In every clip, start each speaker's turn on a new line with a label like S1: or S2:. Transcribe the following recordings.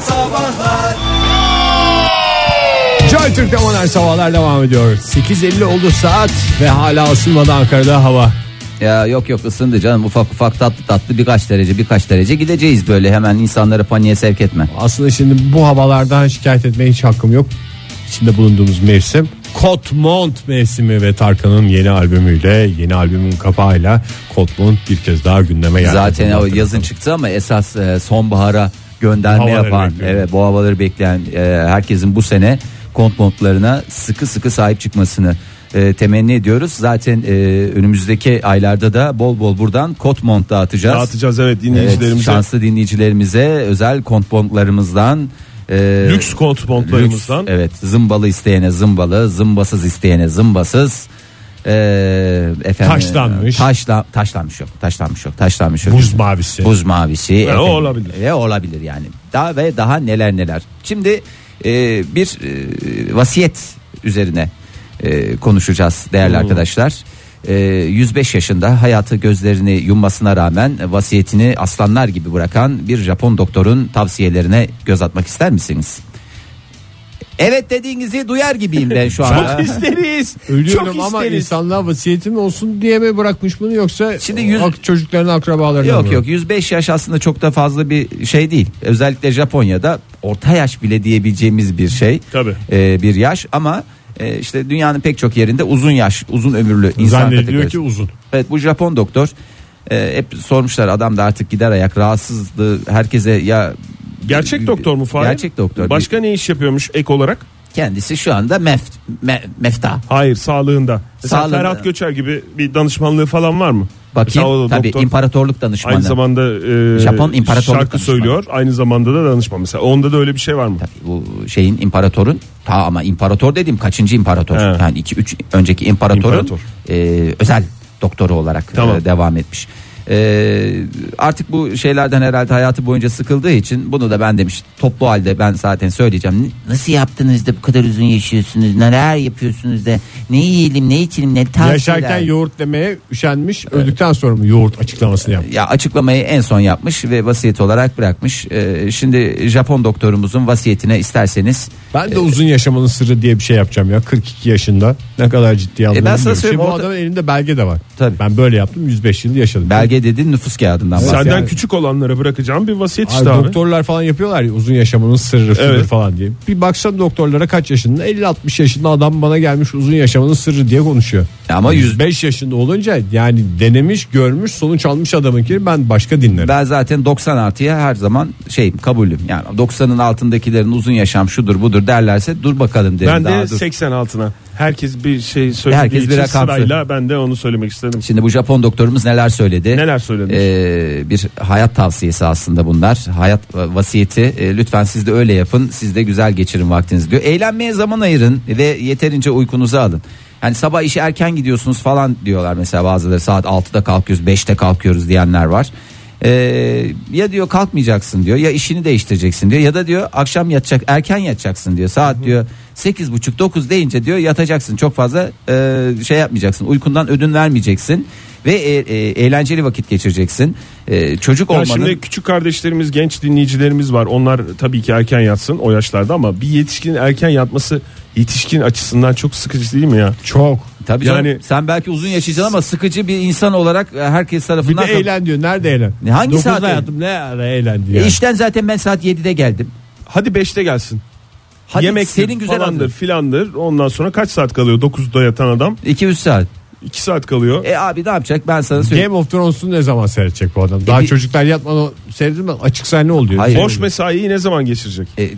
S1: Sabahlar
S2: Joy Türk'te modern sabahlar devam ediyor. 8.50 oldu saat ve hala ısınmadı Ankara'da hava.
S3: Ya yok yok ısındı canım ufak ufak tatlı tatlı birkaç derece birkaç derece gideceğiz böyle hemen insanları paniğe sevk etme.
S2: Aslında şimdi bu havalardan şikayet etmeye hiç hakkım yok. İçinde bulunduğumuz mevsim Kotmont mevsimi ve Tarkan'ın yeni albümüyle yeni albümün kapağıyla Kotmont bir kez daha gündeme geldi.
S3: Zaten
S2: Bunu
S3: o
S2: hatırlatalım.
S3: yazın çıktı ama esas e, sonbahara gönderme
S2: Havaları
S3: yapan
S2: bekliyor.
S3: evet bu havaları bekleyen e, herkesin bu sene kont montlarına sıkı sıkı sahip çıkmasını e, temenni ediyoruz. Zaten e, önümüzdeki aylarda da bol bol buradan kot mont dağıtacağız.
S4: Dağıtacağız evet
S3: Evet,
S4: dinleyicilerimize.
S3: şanslı dinleyicilerimize özel kont montlarımızdan e,
S4: Lüks kont montlarımızdan.
S3: Lüks, evet zımbalı isteyene zımbalı, zımbasız isteyene zımbasız. Ee, efendim,
S2: Taşlanmış.
S3: Taşla, taşlanmış yok. Taşlanmış yok. Taşlanmış yok.
S2: Buz mavisi. E,
S3: Buz mavisi.
S4: o olabilir.
S3: Ve olabilir yani. Daha ve daha neler neler. Şimdi e, bir e, vasiyet üzerine e, konuşacağız değerli arkadaşlar. E, 105 yaşında hayatı gözlerini yummasına rağmen vasiyetini aslanlar gibi bırakan bir Japon doktorun tavsiyelerine göz atmak ister misiniz? Evet dediğinizi duyar gibiyim ben şu anda.
S4: isteriz.
S2: Ölüyorum ama insanlığa vasiyetim olsun diye mi bırakmış bunu yoksa
S3: Şimdi yüz-
S2: ak- çocuklarına akrabalarına
S3: Yok
S2: mı?
S3: yok 105 yaş aslında çok da fazla bir şey değil. Özellikle Japonya'da orta yaş bile diyebileceğimiz bir şey.
S4: Tabii.
S3: Ee, bir yaş ama e, işte dünyanın pek çok yerinde uzun yaş, uzun ömürlü insan
S4: Zannediliyor
S3: kategorisi.
S4: ki uzun.
S3: Evet bu Japon doktor e, hep sormuşlar adam da artık gider ayak rahatsızdı herkese ya
S4: Gerçek doktor mu Fahir?
S3: Gerçek doktor.
S4: Başka ne iş yapıyormuş ek olarak?
S3: kendisi şu anda mef, me- mefta.
S4: Hayır sağlığında. Mesela
S3: Sağlığında.
S4: Ferhat Göçer gibi bir danışmanlığı falan var mı? Mesela o
S3: Bakayım
S4: da
S3: tabii
S4: doktor.
S3: imparatorluk danışmanı.
S4: Aynı zamanda e,
S3: Japon imparatorluk
S4: şarkı
S3: danışmanı.
S4: söylüyor. Aynı zamanda da danışman. Mesela onda da öyle bir şey var mı?
S3: Tabii bu şeyin imparatorun ta ama imparator dedim kaçıncı imparator?
S4: He.
S3: Yani iki üç önceki imparatorun
S4: İmparator.
S3: e, özel doktoru olarak
S4: Tamam.
S3: e, devam etmiş. E, artık bu şeylerden herhalde hayatı boyunca sıkıldığı için bunu da ben demiş toplu halde ben zaten söyleyeceğim. N- Nasıl yaptınız da bu kadar uzun yaşıyorsunuz? Neler yapıyorsunuz da? Ne yiyelim, ne içelim, ne tavsiyeler?
S2: Yaşarken yoğurt demeye üşenmiş öldükten sonra mı yoğurt açıklamasını yapmış?
S3: ya açıklamayı en son yapmış ve vasiyet olarak bırakmış. E, şimdi Japon doktorumuzun vasiyetine isterseniz
S2: Ben de uzun yaşamanın sırrı diye bir şey yapacağım ya 42 yaşında ne kadar ciddi aldım.
S3: E ben sana
S2: bilmiyorum. Şimdi
S3: söyleyeyim,
S2: bu
S3: orada-
S2: adamın elinde belge de var.
S3: Tabii.
S2: Ben böyle yaptım 105 yıl yaşadım.
S3: belge dedi nüfus kağıdından bahsediyor.
S4: Senden
S2: yani.
S4: küçük olanlara bırakacağım bir vasiyet
S2: Ay,
S4: işte abi.
S2: doktorlar falan yapıyorlar ya uzun yaşamanın sırrı şudur
S4: Evet.
S2: falan diye. Bir baksan doktorlara kaç yaşında 50-60 yaşında adam bana gelmiş uzun yaşamanın sırrı diye konuşuyor.
S3: Ama yüz-
S2: 105 yaşında olunca yani denemiş görmüş sonuç almış adamınki ben başka dinlerim.
S3: Ben zaten 90 artıya her zaman şeyim kabulüm. Yani 90'ın altındakilerin uzun yaşam şudur budur derlerse dur bakalım derim.
S4: Ben de
S3: daha dur.
S4: 86'ına. Herkes bir şey söylediği
S3: Herkes bir
S4: için
S3: rakam söylüyor.
S4: sırayla ben de onu söylemek istedim.
S3: Şimdi bu Japon doktorumuz neler söyledi?
S4: Neler söyledi?
S3: Ee, bir hayat tavsiyesi aslında bunlar. Hayat e, vasiyeti e, lütfen siz de öyle yapın. Siz de güzel geçirin vaktinizi diyor. Eğlenmeye zaman ayırın ve yeterince uykunuzu alın. Yani sabah işe erken gidiyorsunuz falan diyorlar mesela bazıları saat 6'da kalkıyoruz 5'te kalkıyoruz diyenler var. Ee, ya diyor kalkmayacaksın diyor ya işini değiştireceksin diyor ya da diyor akşam yatacak erken yatacaksın diyor saat diyor 8 buçuk 9 deyince diyor yatacaksın çok fazla e, şey yapmayacaksın uykundan ödün vermeyeceksin ve e- e- eğlenceli vakit geçireceksin E, çocuk
S4: Ya
S3: olmanın
S4: şimdi küçük kardeşlerimiz, genç dinleyicilerimiz var. Onlar tabii ki erken yatsın o yaşlarda ama bir yetişkinin erken yatması yetişkin açısından çok sıkıcı değil mi ya?
S2: Çok.
S3: tabii canım,
S4: yani-
S3: sen belki uzun yaşayacaksın ama sıkıcı bir insan olarak e, herkes
S2: Bir de
S3: tarafından
S2: eğlen diyor. Nerede eğlen?
S3: Ne, hangi
S2: Dokuzda
S3: saat eğlen?
S2: yattım, ne ara eğlendi
S3: E,
S2: yani.
S3: işten zaten ben saat 7'de geldim
S4: Hadi 5'te gelsin.
S3: Hadi
S4: Yemek
S3: senin güzel
S4: falandır
S3: andır
S4: filandır. Ondan sonra kaç saat kalıyor? 9'da yatan adam
S3: 2-3 saat
S4: 2 saat kalıyor.
S3: e abi ne yapacak ben sana söyleyeyim
S2: Game of Thrones'u ne zaman seyredecek bu adam? Daha
S3: bir-
S2: çocuklar yatmadan seyredilmez. Açık sahne oluyor.
S3: Hayır.
S4: Boş mesaiyi ne zaman geçirecek?
S3: E, e,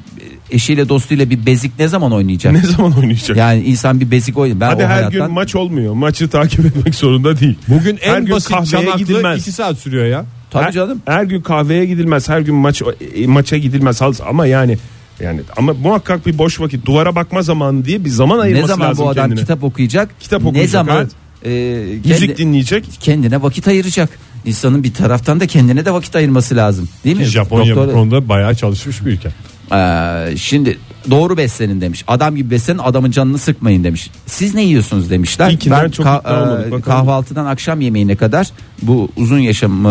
S3: eşiyle dostuyla bir bezik ne zaman oynayacak
S4: Ne zaman oynayacak?
S3: Yani insan bir bezik oynuyor. Ben
S4: Hadi
S3: E. o
S4: her
S3: hayattan...
S4: gün maç olmuyor. Maçı takip etmek zorunda değil.
S2: Bugün en
S4: Her gün
S2: basit
S4: kahveye
S2: çanaklı
S4: gidilmez.
S2: 2 saat sürüyor ya.
S3: Tabii
S4: her,
S3: canım.
S4: Her gün kahveye gidilmez, her gün maç e, maça gidilmez Hal- ama yani yani ama muhakkak bir boş vakit duvara bakma zamanı diye bir zaman ayırması
S3: Ne zaman
S4: lazım
S3: bu adam
S4: kendine.
S3: kitap okuyacak?
S4: Kitap
S3: Ne
S4: okuyacak,
S3: zaman e, kendi-
S4: Müzik dinleyecek.
S3: kendine vakit ayıracak? İnsanın bir taraftan da kendine de vakit ayırması lazım. Değil mi?
S2: Japonya
S3: Doktor-
S2: bu konuda bayağı çalışmış bir ülke.
S3: Ee, şimdi doğru beslenin demiş. Adam gibi beslenin adamın canını sıkmayın demiş. Siz ne yiyorsunuz demişler.
S4: İlkinden çok ikna olmadık,
S3: e,
S4: bakalım.
S3: kahvaltıdan akşam yemeğine kadar bu uzun yaşamı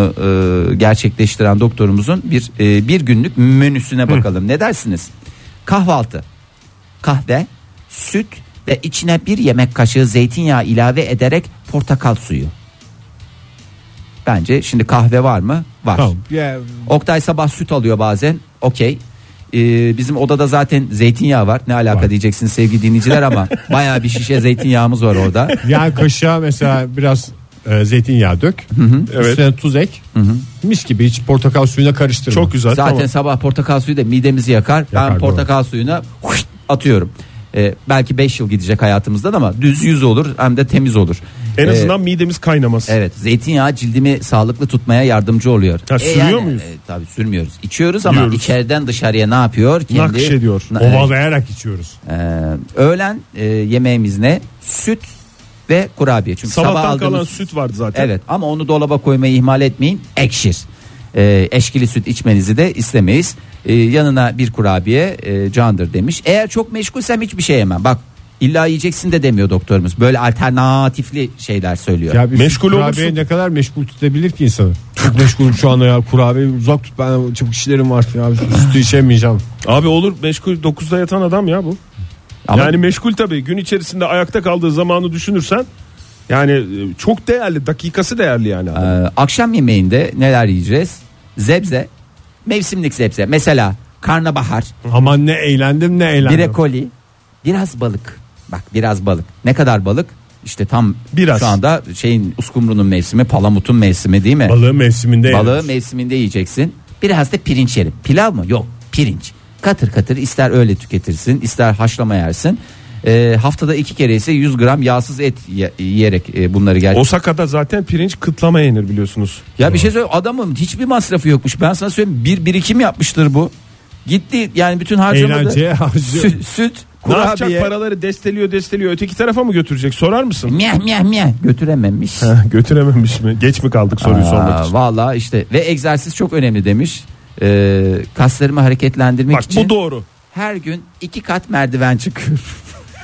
S3: e, gerçekleştiren doktorumuzun bir e, bir günlük menüsüne bakalım. Ne dersiniz? Kahvaltı, kahve, süt ve içine bir yemek kaşığı zeytinyağı ilave ederek portakal suyu. Bence şimdi kahve var mı? Var.
S2: Tamam. Ya,
S3: Oktay sabah süt alıyor bazen. Okey. Ee, bizim odada zaten zeytinyağı var. Ne alaka
S2: Var.
S3: diyeceksiniz sevgili dinleyiciler ama bayağı bir şişe zeytinyağımız var orada.
S2: yani kaşığa mesela biraz e, zeytinyağı dök.
S4: Evet.
S2: Üstüne tuz ek. Mis gibi hiç portakal suyuna karıştırma.
S4: Çok güzel.
S3: Zaten
S4: tamam.
S3: sabah portakal suyu da midemizi yakar. ben
S2: Yakar,
S3: portakal suyuna huşt atıyorum. Ee, belki 5 yıl gidecek hayatımızdan ama düz yüz olur hem de temiz olur.
S4: En
S3: Ee,
S4: azından midemiz kaynamaz.
S3: Evet zeytinyağı cildimi sağlıklı tutmaya yardımcı oluyor. e,
S4: Ha, sürüyor muyuz?
S3: tabii sürmüyoruz. İçiyoruz ama
S4: Yiyoruz.
S3: içeriden dışarıya ne yapıyor? Kendi,
S4: Nakşediyor.
S3: Na- evet.
S2: Ovalayarak içiyoruz.
S3: Ee, öğlen e, yemeğimiz ne? Süt ve kurabiye. Çünkü
S4: Sabahtan
S3: sabah aldığımız
S4: kalan süt vardı zaten.
S3: Evet ama onu dolaba koymayı ihmal etmeyin. Ekşir. Ee, eşkili süt içmenizi de istemeyiz. Ee, yanına bir kurabiye e, candır demiş. Eğer çok meşgulsem hiçbir şey yemem. Bak illa yiyeceksin de demiyor doktorumuz. Böyle alternatifli şeyler söylüyor.
S2: Ya bir
S4: Meşgul
S2: kurabiye
S4: olursun.
S2: ne kadar meşgul tutabilir ki insanı? Çok meşgulüm şu anda ya kurabiye uzak tut ben çabuk işlerim var ya sütü içemeyeceğim.
S4: Abi olur meşgul 9'da yatan adam ya bu.
S3: Ama-
S4: Yani meşgul tabii gün içerisinde ayakta kaldığı zamanı düşünürsen yani e, çok değerli dakikası değerli yani.
S3: Ee,
S4: Abi.
S3: akşam yemeğinde neler yiyeceğiz? Zebze. Mevsimlik zebze. Mesela karnabahar.
S2: Aman ne eğlendim ne eğlendim.
S3: Brekoli, biraz balık. Bak biraz balık. Ne kadar balık? İşte tam
S4: Biraz.
S3: şu anda şeyin uskumrunun mevsimi, palamutun mevsimi değil mi?
S2: Balığı mevsiminde
S3: Balığı
S2: yenir.
S3: mevsiminde yiyeceksin. Biraz da pirinç yerim. Pilav mı? Yok, pirinç. Katır katır ister öyle tüketirsin, ister haşlama yersin. Ee, haftada iki kere ise 100 gram yağsız et ye- yiyerek e, bunları gel.
S4: Osaka'da zaten pirinç kıtlama yenir biliyorsunuz.
S3: Ya bir şey söyle adamın hiçbir masrafı yokmuş. Ben sana söyleyeyim bir birikim yapmıştır bu. Gitti yani bütün harcamadı.
S2: Eğlenceye harcıyor.
S3: Süt, süt,
S4: Ne yapacak
S3: kurabiye.
S4: paraları desteliyor desteliyor öteki tarafa mı götürecek sorar mısın?
S3: Miyah miyah miyah götürememiş.
S4: Heh, Götürememiş mi? Geç mi kaldık soruyu sormak
S3: Aa,
S2: şey.
S4: için?
S3: Valla işte ve egzersiz çok önemli demiş. Ee, kaslarımı hareketlendirmek
S4: Bak
S3: için
S4: bu doğru.
S3: her gün iki kat merdiven çıkıyorum.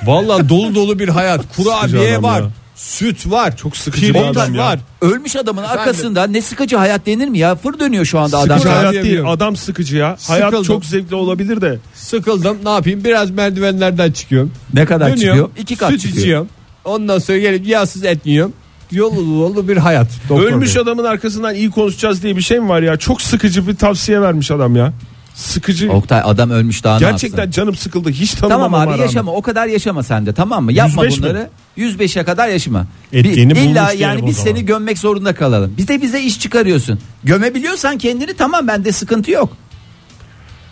S2: Vallahi dolu dolu bir hayat.
S4: Sıkıcı
S2: Kurabiye
S4: adam
S2: var.
S4: ya.
S2: Süt var. Çok
S4: sıkıcı bir adam ya.
S2: var.
S3: Ölmüş adamın arkasında ne sıkıcı hayat denir mi ya? Fır dönüyor şu anda adam.
S4: Sıkıcı
S2: Adam-
S4: hayat
S2: Diyemiyorum.
S4: değil adam sıkıcı ya. Hayat
S2: Sıkıldım.
S4: çok zevkli olabilir de.
S2: Sıkıldım. Ne yapayım? Biraz merdivenlerden çıkıyorum.
S3: Ne kadar
S2: Dönüyorum.
S3: çıkıyor? İki kat
S2: süt
S3: çıkıyor.
S2: içiyorum. Ondan sonra gelip yağsız et yiyorum. Yolu dolu bir hayat. Doktor
S4: Ölmüş
S2: Bey.
S4: adamın arkasından iyi konuşacağız diye bir şey mi var ya? Çok sıkıcı bir tavsiye vermiş adam ya. Sıkıcı.
S3: Oktay adam ölmüş daha ne
S4: Gerçekten
S3: yapsın?
S4: canım sıkıldı. Hiç tanımamama
S3: Tamam abi
S4: rağmen.
S3: yaşama o kadar yaşama sen de tamam mı? Yapma
S4: 105 mi?
S3: bunları. 105'e kadar yaşama.
S2: Ettiğini bulmuş
S3: illa
S2: diyelim
S3: yani
S2: o
S3: biz
S2: zaman.
S3: seni gömmek zorunda kalalım. Biz de bize iş çıkarıyorsun. Gömebiliyorsan kendini tamam bende sıkıntı yok.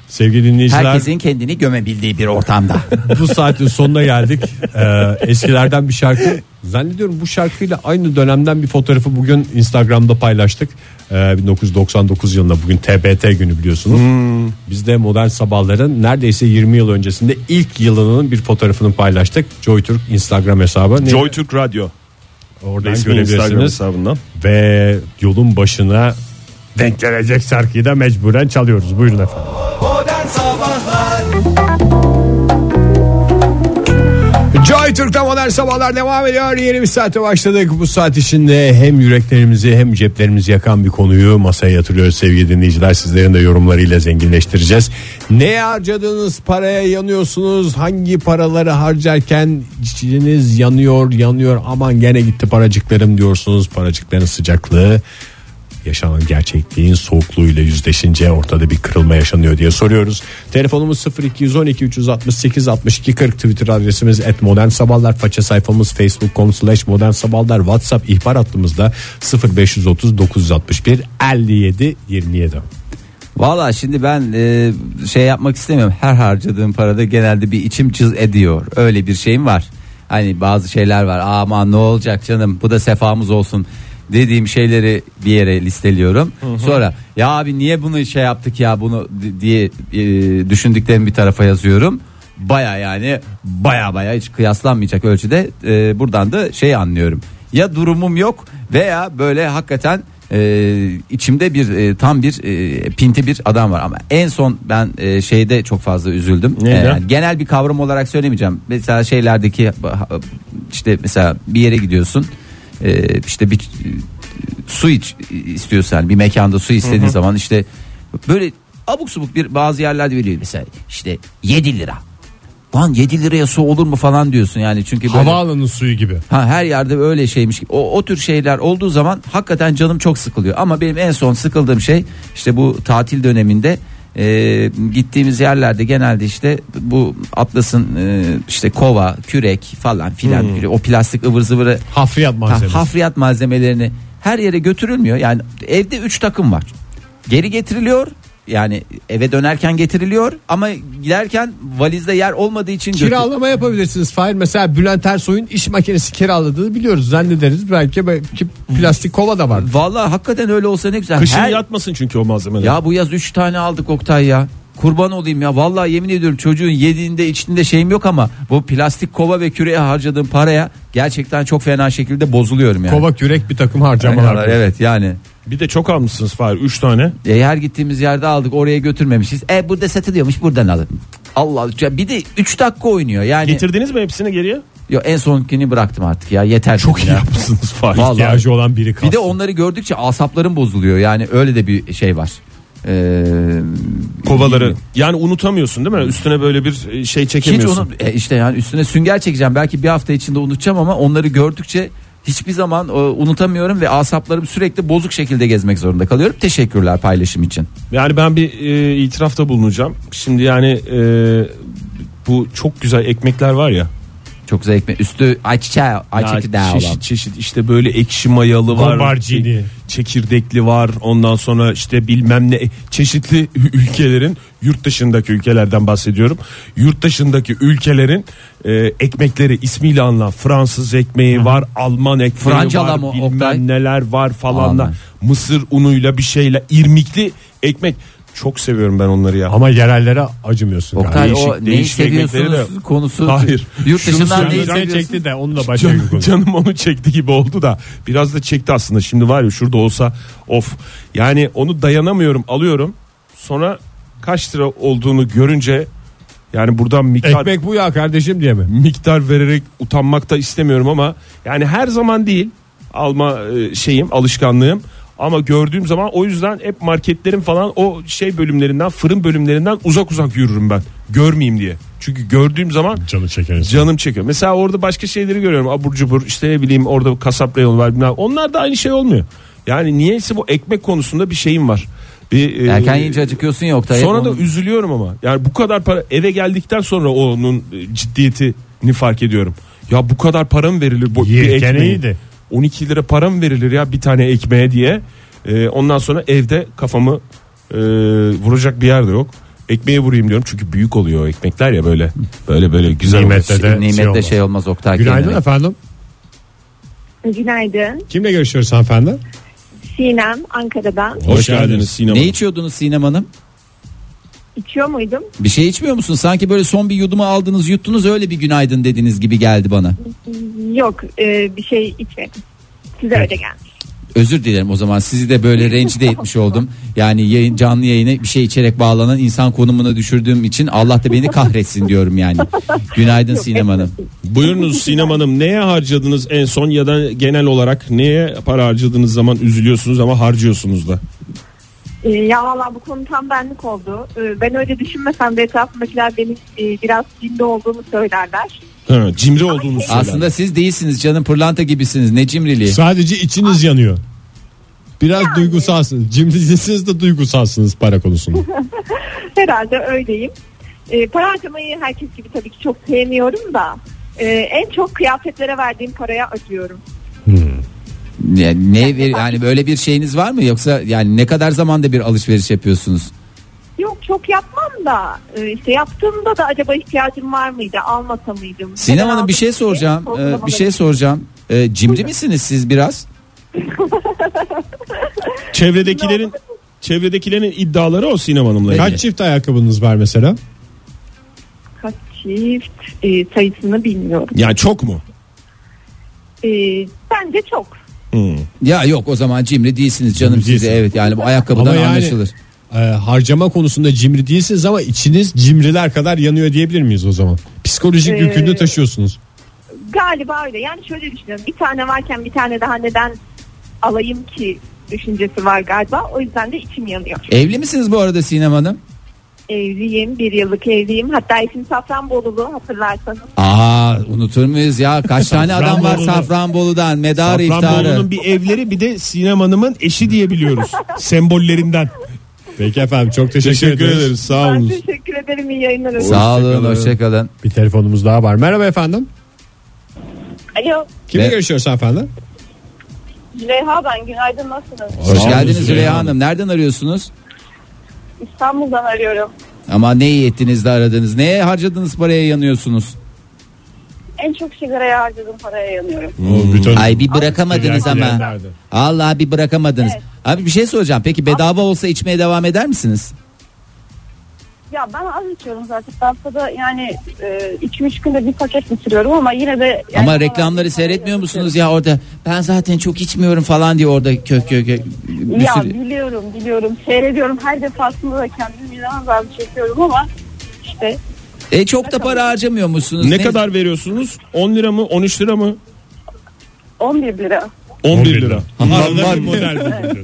S2: Sevgili dinleyiciler
S3: Herkesin kendini gömebildiği bir ortamda.
S2: bu saatin sonuna geldik. Ee, eskilerden bir şarkı. Zannediyorum bu şarkıyla aynı dönemden bir fotoğrafı bugün Instagram'da paylaştık. Ee, 1999 yılında bugün TBT günü biliyorsunuz.
S4: Hmm.
S2: Biz de modern sabahların neredeyse 20 yıl öncesinde ilk yılının bir fotoğrafını paylaştık. JoyTürk Instagram hesabı. Neydi?
S4: Joy Türk Radyo.
S2: Oradan
S4: Resmi Instagram
S2: görebilirsiniz.
S4: hesabından.
S2: Ve yolun başına denk gelecek şarkıyı da mecburen çalıyoruz. Buyurun efendim. Joy Türk'te modern sabahlar devam ediyor. Yeni bir saate başladık. Bu saat içinde hem yüreklerimizi hem ceplerimizi yakan bir konuyu masaya yatırıyoruz sevgili dinleyiciler. Sizlerin de yorumlarıyla zenginleştireceğiz. Neye harcadığınız paraya yanıyorsunuz? Hangi paraları harcarken içiniz yanıyor yanıyor aman gene gitti paracıklarım diyorsunuz. Paracıkların sıcaklığı yaşanan gerçekliğin soğukluğuyla yüzleşince ortada bir kırılma yaşanıyor diye soruyoruz. Telefonumuz 0212 368 62 40 Twitter adresimiz et sabahlar faça sayfamız facebook.com slash modern sabahlar whatsapp ihbar hattımızda 0530 961 57 27.
S3: Valla şimdi ben e, şey yapmak istemiyorum. Her harcadığım parada genelde bir içim cız ediyor. Öyle bir şeyim var. Hani bazı şeyler var. Aman ne olacak canım bu da sefamız olsun dediğim şeyleri bir yere listeliyorum. Sonra ya abi niye bunu şey yaptık ya bunu di- diye e, düşündüklerimi bir tarafa yazıyorum. Baya yani baya baya hiç kıyaslanmayacak ölçüde e, buradan da şey anlıyorum. Ya durumum yok veya böyle hakikaten e, içimde bir e, tam bir e, pinti bir adam var ama en son ben e, şeyde çok fazla üzüldüm. E,
S4: Neydi?
S3: yani genel bir kavram olarak söylemeyeceğim. Mesela şeylerdeki işte mesela bir yere gidiyorsun. e, işte bir su iç istiyorsan bir mekanda su istediğin zaman işte böyle abuk subuk bir bazı yerlerde veriyor mesela işte 7 lira. Lan 7 liraya su olur mu falan diyorsun yani çünkü böyle
S2: Havaalanı suyu gibi.
S3: ha, her yerde öyle şeymiş gibi. O, o tür şeyler olduğu zaman hakikaten canım çok sıkılıyor ama benim en son sıkıldığım şey işte bu tatil döneminde e, gittiğimiz yerlerde genelde işte bu Atlas'ın e, işte kova, kürek falan filan o plastik ıvır zıvırı
S2: Hafriyat malzemesi.
S3: Ha, hafriyat malzemelerini her yere götürülmüyor. Yani evde 3 takım var. Geri getiriliyor. Yani eve dönerken getiriliyor ama giderken valizde yer olmadığı için götür-
S2: Kiralama yapabilirsiniz Fahir. Mesela Bülent Ersoy'un iş makinesi kiraladığını biliyoruz. Zannederiz belki, belki plastik kova da var.
S3: Vallahi hakikaten öyle olsa ne güzel.
S4: Kışın
S3: Her-
S4: yatmasın çünkü o malzemeler.
S3: Ya bu yaz 3 tane aldık Oktay ya. Kurban olayım ya. Vallahi yemin ediyorum çocuğun yediğinde içtiğinde şeyim yok ama bu plastik kova ve küreye harcadığım paraya gerçekten çok fena şekilde bozuluyorum yani.
S2: Kova kürek bir takım harcamalar.
S3: Evet yani.
S4: Bir de çok almışsınız Fahir 3 tane.
S3: E, her gittiğimiz yerde aldık oraya götürmemişiz. E burada satılıyormuş buradan alın. Allah Allah. Ya bir de 3 dakika oynuyor yani.
S4: Getirdiniz mi hepsini geriye?
S3: Yo, en sonkini bıraktım artık ya yeter.
S4: Çok
S3: dedim
S4: iyi
S3: ya.
S4: yapmışsınız Fahir.
S3: Vallahi.
S2: İhtiyacı olan biri kalsın.
S3: Bir de onları gördükçe asaplarım bozuluyor yani öyle de bir şey var. Ee,
S4: Kovaları.
S3: bilmiyorum.
S4: Yani unutamıyorsun değil mi? Üstüne böyle bir şey
S3: Hiç
S4: çekemiyorsun.
S3: onu e, işte yani üstüne sünger çekeceğim belki bir hafta içinde unutacağım ama onları gördükçe hiçbir zaman e, unutamıyorum ve asaplarım sürekli bozuk şekilde gezmek zorunda kalıyorum. Teşekkürler paylaşım için.
S4: Yani ben bir e, itirafta bulunacağım. Şimdi yani e, bu çok güzel ekmekler var ya.
S3: Çok zevkli. Üstü ayçiçeği, ayçiçeği
S4: Ya
S3: daha olan.
S4: çeşit çeşit işte böyle ekşi mayalı var.
S2: Gomarcini.
S4: Çekirdekli var. Ondan sonra işte bilmem ne e, çeşitli ü- ülkelerin yurt dışındaki ülkelerden bahsediyorum. Yurt dışındaki ülkelerin e, ekmekleri ismiyle anılan Fransız ekmeği var, Alman ekmeği
S3: Francala
S4: var,
S3: mı,
S4: bilmem
S3: Oktay?
S4: neler var
S3: Aman.
S4: falanla. Mısır unuyla bir şeyle irmikli ekmek. Çok seviyorum ben onları ya.
S2: Ama yerellere acımıyorsun.
S3: Oktay
S2: galiba.
S4: değişik-
S3: o neyi
S4: değişik
S3: seviyorsunuz
S4: ekmekleri de-
S3: konusu.
S4: Hayır.
S3: Yurt
S4: Şunu
S3: dışından
S4: söyleyeyim,
S3: neyi
S4: sen
S2: Canım
S3: seviyorsunuz?
S2: çekti de onunla başka bir
S4: Can-
S2: konu.
S4: canım onu çekti gibi oldu da biraz da çekti aslında. Şimdi var ya şurada olsa of. Yani onu dayanamıyorum alıyorum. Sonra kaç lira olduğunu görünce yani buradan miktar
S2: Ekmek bu ya kardeşim diye mi?
S4: miktar vererek utanmak da istemiyorum ama yani her zaman değil alma e, şeyim alışkanlığım ama gördüğüm zaman o yüzden hep marketlerin falan o şey bölümlerinden fırın bölümlerinden uzak uzak yürürüm ben görmeyeyim diye. Çünkü gördüğüm zaman
S2: Canı çekeriz.
S4: Canım çekiyor. Mesela orada başka şeyleri görüyorum. Abur cubur işte ne bileyim orada kasap reyonu var. Bilmem. Onlar da aynı şey olmuyor. Yani niyeyse bu ekmek konusunda bir şeyim var. Bir, e,
S3: Erken yiyince acıkıyorsun ya Oktay.
S4: Sonra da
S3: Onun-
S4: üzülüyorum ama. Yani bu kadar para eve geldikten sonra onun e, ciddiyetini fark ediyorum. Ya bu kadar para mı verilir bu bir
S2: Yerken
S4: ekmeğe?
S2: iyiydi.
S4: 12 lira para mı verilir ya bir tane ekmeğe diye. E, ondan sonra evde kafamı e, vuracak bir yer de yok. Ekmeğe vurayım diyorum çünkü büyük oluyor o ekmekler ya böyle böyle böyle güzel oluyor.
S2: Nimetle de
S3: nimette
S2: şey
S3: şey
S2: olmaz.
S3: olmaz, Oktay.
S2: Günaydın
S3: kendine.
S2: efendim.
S1: Günaydın.
S2: Kimle görüşüyoruz hanımefendi?
S1: Sinem Ankara'dan.
S4: Hoş geldiniz Sinem
S3: Ne
S4: Hanım.
S3: içiyordunuz Sinem Hanım?
S1: İçiyor muydum?
S3: Bir şey içmiyor musun? Sanki böyle son bir yudumu aldınız yuttunuz öyle bir günaydın dediniz gibi geldi bana.
S1: Yok e, bir şey içmedim. Size öyle gelmiş.
S3: Özür dilerim o zaman sizi de böyle rencide etmiş oldum. Yani yayın, canlı yayına bir şey içerek bağlanan insan konumuna düşürdüğüm için Allah da beni kahretsin diyorum yani. Günaydın
S1: Yok,
S3: Sinem Hanım.
S4: Buyurunuz Sinem Hanım neye harcadınız en son ya da genel olarak neye para harcadığınız zaman üzülüyorsunuz ama harcıyorsunuz da.
S1: E, ya valla bu konu tam benlik oldu. E, ben öyle düşünmesem de etrafımdakiler benim e, biraz cinde olduğumu söylerler.
S4: Ha, cimri olduğunuz söylendi.
S3: Aslında siz değilsiniz canım pırlanta gibisiniz ne cimriliği.
S2: Sadece içiniz yanıyor. Biraz duygusalsınız. Cimrisiniz de duygusalsınız para konusunda.
S1: Herhalde öyleyim. E, para harcamayı herkes gibi tabii ki çok sevmiyorum da e, en çok kıyafetlere verdiğim paraya acıyorum.
S3: Yani, ne, ver- yani böyle bir şeyiniz var mı yoksa yani ne kadar zamanda bir alışveriş yapıyorsunuz?
S1: Yok çok yapmam da e, işte yaptığımda da acaba ihtiyacım var mıydı almasa mıydım?
S3: Sinem
S1: Neden
S3: Hanım bir
S1: aldım
S3: şey
S1: diye
S3: soracağım. Ee,
S1: sorgulamaları
S3: bir şey soracağım. Ee, cimri misiniz siz biraz?
S4: Çevredekilerin çevredekilerin iddiaları o Sinem Hanım'la. ilgili.
S2: Kaç çift ayakkabınız var mesela?
S1: Kaç çift e, sayısını bilmiyorum.
S4: Yani çok mu?
S1: E, bence çok.
S3: Ya yok o zaman cimri değilsiniz canım
S2: Cimri
S3: size
S2: değilsin.
S3: evet yani bu ayakkabıdan
S2: Ama yani-
S3: anlaşılır.
S2: Ee, harcama konusunda cimri değilsiniz ama içiniz cimriler kadar yanıyor diyebilir miyiz o zaman? Psikolojik
S1: Ee,
S2: yükünü taşıyorsunuz.
S1: Galiba öyle. Yani şöyle düşünüyorum. Bir tane varken bir tane daha neden alayım ki düşüncesi var galiba. O yüzden de içim yanıyor.
S2: E-
S3: Evli misiniz bu arada Sinem Hanım?
S1: Evliyim. Bir yıllık evliyim. Hatta isim Safranbolulu hatırlarsanız.
S3: Aa unutur muyuz ya kaç tane adam var
S4: Safranbolu'da.
S3: Safranbolu'dan medar iftarı.
S4: Safranbolu'nun bir evleri bir de Sinem Hanım'ın eşi diye biliyoruz. Sembollerinden.
S2: Peki efendim çok teşekkür,
S4: Teşekkür
S2: ederiz.
S4: ederiz.
S2: Sağ
S1: Ben
S2: olun.
S1: teşekkür ederim. İyi yayınlar.
S3: Sağ olun
S4: Hoşçakalın.
S3: hoşçakalın.
S2: Bir telefonumuz daha var. Merhaba efendim.
S1: Alo.
S2: Kimle
S3: Ve-
S2: görüşüyoruz efendim?
S1: Züleyha ben. Günaydın. Nasılsınız?
S3: Hoş
S2: olun
S3: geldiniz
S2: Züleyha
S3: Züleyha Hanım. Nereden arıyorsunuz?
S1: İstanbul'dan arıyorum.
S3: Ama ne iyi ettiniz de aradınız. Neye harcadınız paraya yanıyorsunuz?
S1: En çok sigaraya harcadım paraya yanıyorum.
S2: O bütün-
S3: Hmm. Ay bir bırakamadınız
S2: Ay,
S3: ama.
S2: nerede?
S3: Allah bir bırakamadınız. Abi bir şey soracağım. Peki bedava olsa içmeye devam eder misiniz?
S1: Ya ben az içiyorum zaten. Haftada yani 2-3 günde bir paket bitiriyorum ama yine de... yani-
S3: ama reklamları seyretmiyor musunuz ya orada? Ben zaten çok içmiyorum falan diye orada kök kök kök bir
S1: Ya
S3: sürü-
S1: biliyorum biliyorum seyrediyorum her defasında da kendimi vicdan azabı çekiyorum ama işte
S3: E çok da para harcamıyor musunuz?
S4: Ne kadar veriyorsunuz? 10 lira mı? 13 lira mı?
S1: 11 lira.
S4: 11 lira.
S2: Arada bir model buldum.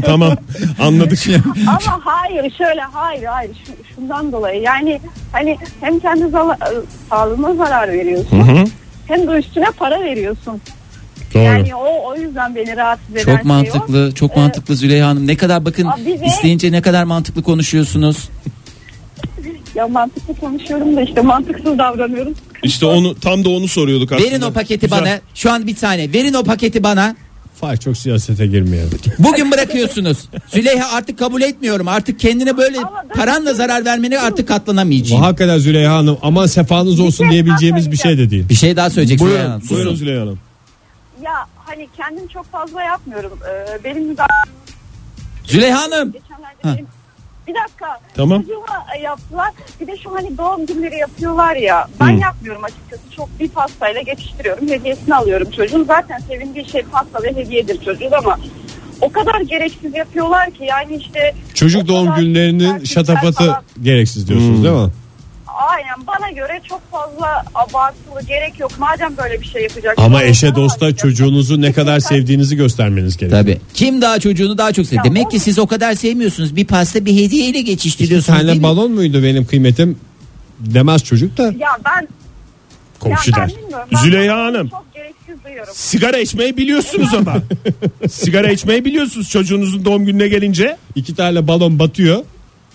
S4: tamam anladık.
S1: Ama hayır şöyle hayır hayır şu- şundan dolayı yani hani hem kendi zala- e, sağlığına zarar veriyorsun hem de üstüne para veriyorsun.
S2: Doğru.
S1: Yani o o yüzden beni rahatsız eden şey
S3: Çok mantıklı,
S1: Ee,
S3: çok mantıklı Züleyha Hanım. Ne kadar bakın
S1: Abi bir de-
S3: isteyince ne kadar mantıklı konuşuyorsunuz.
S1: Şey o. Ya mantıklı konuşuyorum da işte mantıksız davranıyorum.
S4: İşte onu tam da onu soruyorduk aslında.
S3: Verin o paketi
S4: Güzel.
S3: bana. Şu an bir tane. Verin o paketi bana.
S2: Fay çok siyasete girmeyelim.
S3: Bugün bırakıyorsunuz. Züleyha artık kabul etmiyorum. Artık kendine böyle paranla zarar vermene artık
S2: Bu
S3: katlanamayacağım.
S2: hakikaten Züleyha Hanım ama sefanız olsun diyebileceğimiz bir şey de değil.
S3: Bir şey daha söyleyecek Züleyha Hanım.
S4: Buyurun,
S3: Susun.
S4: buyurun Züleyha Hanım.
S1: Ya hani kendim çok fazla yapmıyorum. Ee, benim müdahale
S3: Züleyha Hanım.
S1: geçenlerde
S3: Ha.
S1: benim- bir dakika.
S4: Tamam.
S1: Çocuğuma yaptılar. Bir de şu hani doğum günleri yapıyorlar ya. Ben yapmıyorum açıkçası. Çok bir pastayla geçiştiriyorum. Hediyesini alıyorum çocuğun. Zaten sevindiği şey pasta ve hediyedir çocuğun ama o kadar gereksiz yapıyorlar ki yani işte
S2: Çocuk
S1: o
S2: doğum
S1: kadar
S2: günlerinin
S1: erkekler
S2: şatafatı
S1: falan.
S2: gereksiz diyorsunuz
S3: Hmm.
S2: değil mi?
S1: Aynen bana göre çok fazla abartılı gerek yok. Madem böyle bir şey yapacak.
S2: Ama eşe dosta çocuğunuzu ne kadar sevdiğinizi göstermeniz gerekiyor.
S3: Tabii. Kim daha çocuğunu daha çok seviyor?
S1: Ya
S3: Demek
S1: o-
S3: ki siz o kadar sevmiyorsunuz. Bir pasta bir hediyeyle geçiştiriyorsunuz. değil
S2: Senle
S3: mi?
S2: balon muydu benim kıymetim demez çocuk da
S1: Ya ben
S2: komşu
S1: ya ben
S2: der.
S1: bilmiyorum. Ben
S4: Züleyha
S1: bunu
S4: Hanım.
S1: Çok gereksiz duyuyorum.
S4: Sigara içmeyi biliyorsunuz ama. Sigara içmeyi biliyorsunuz çocuğunuzun doğum gününe gelince.
S2: İki tane balon batıyor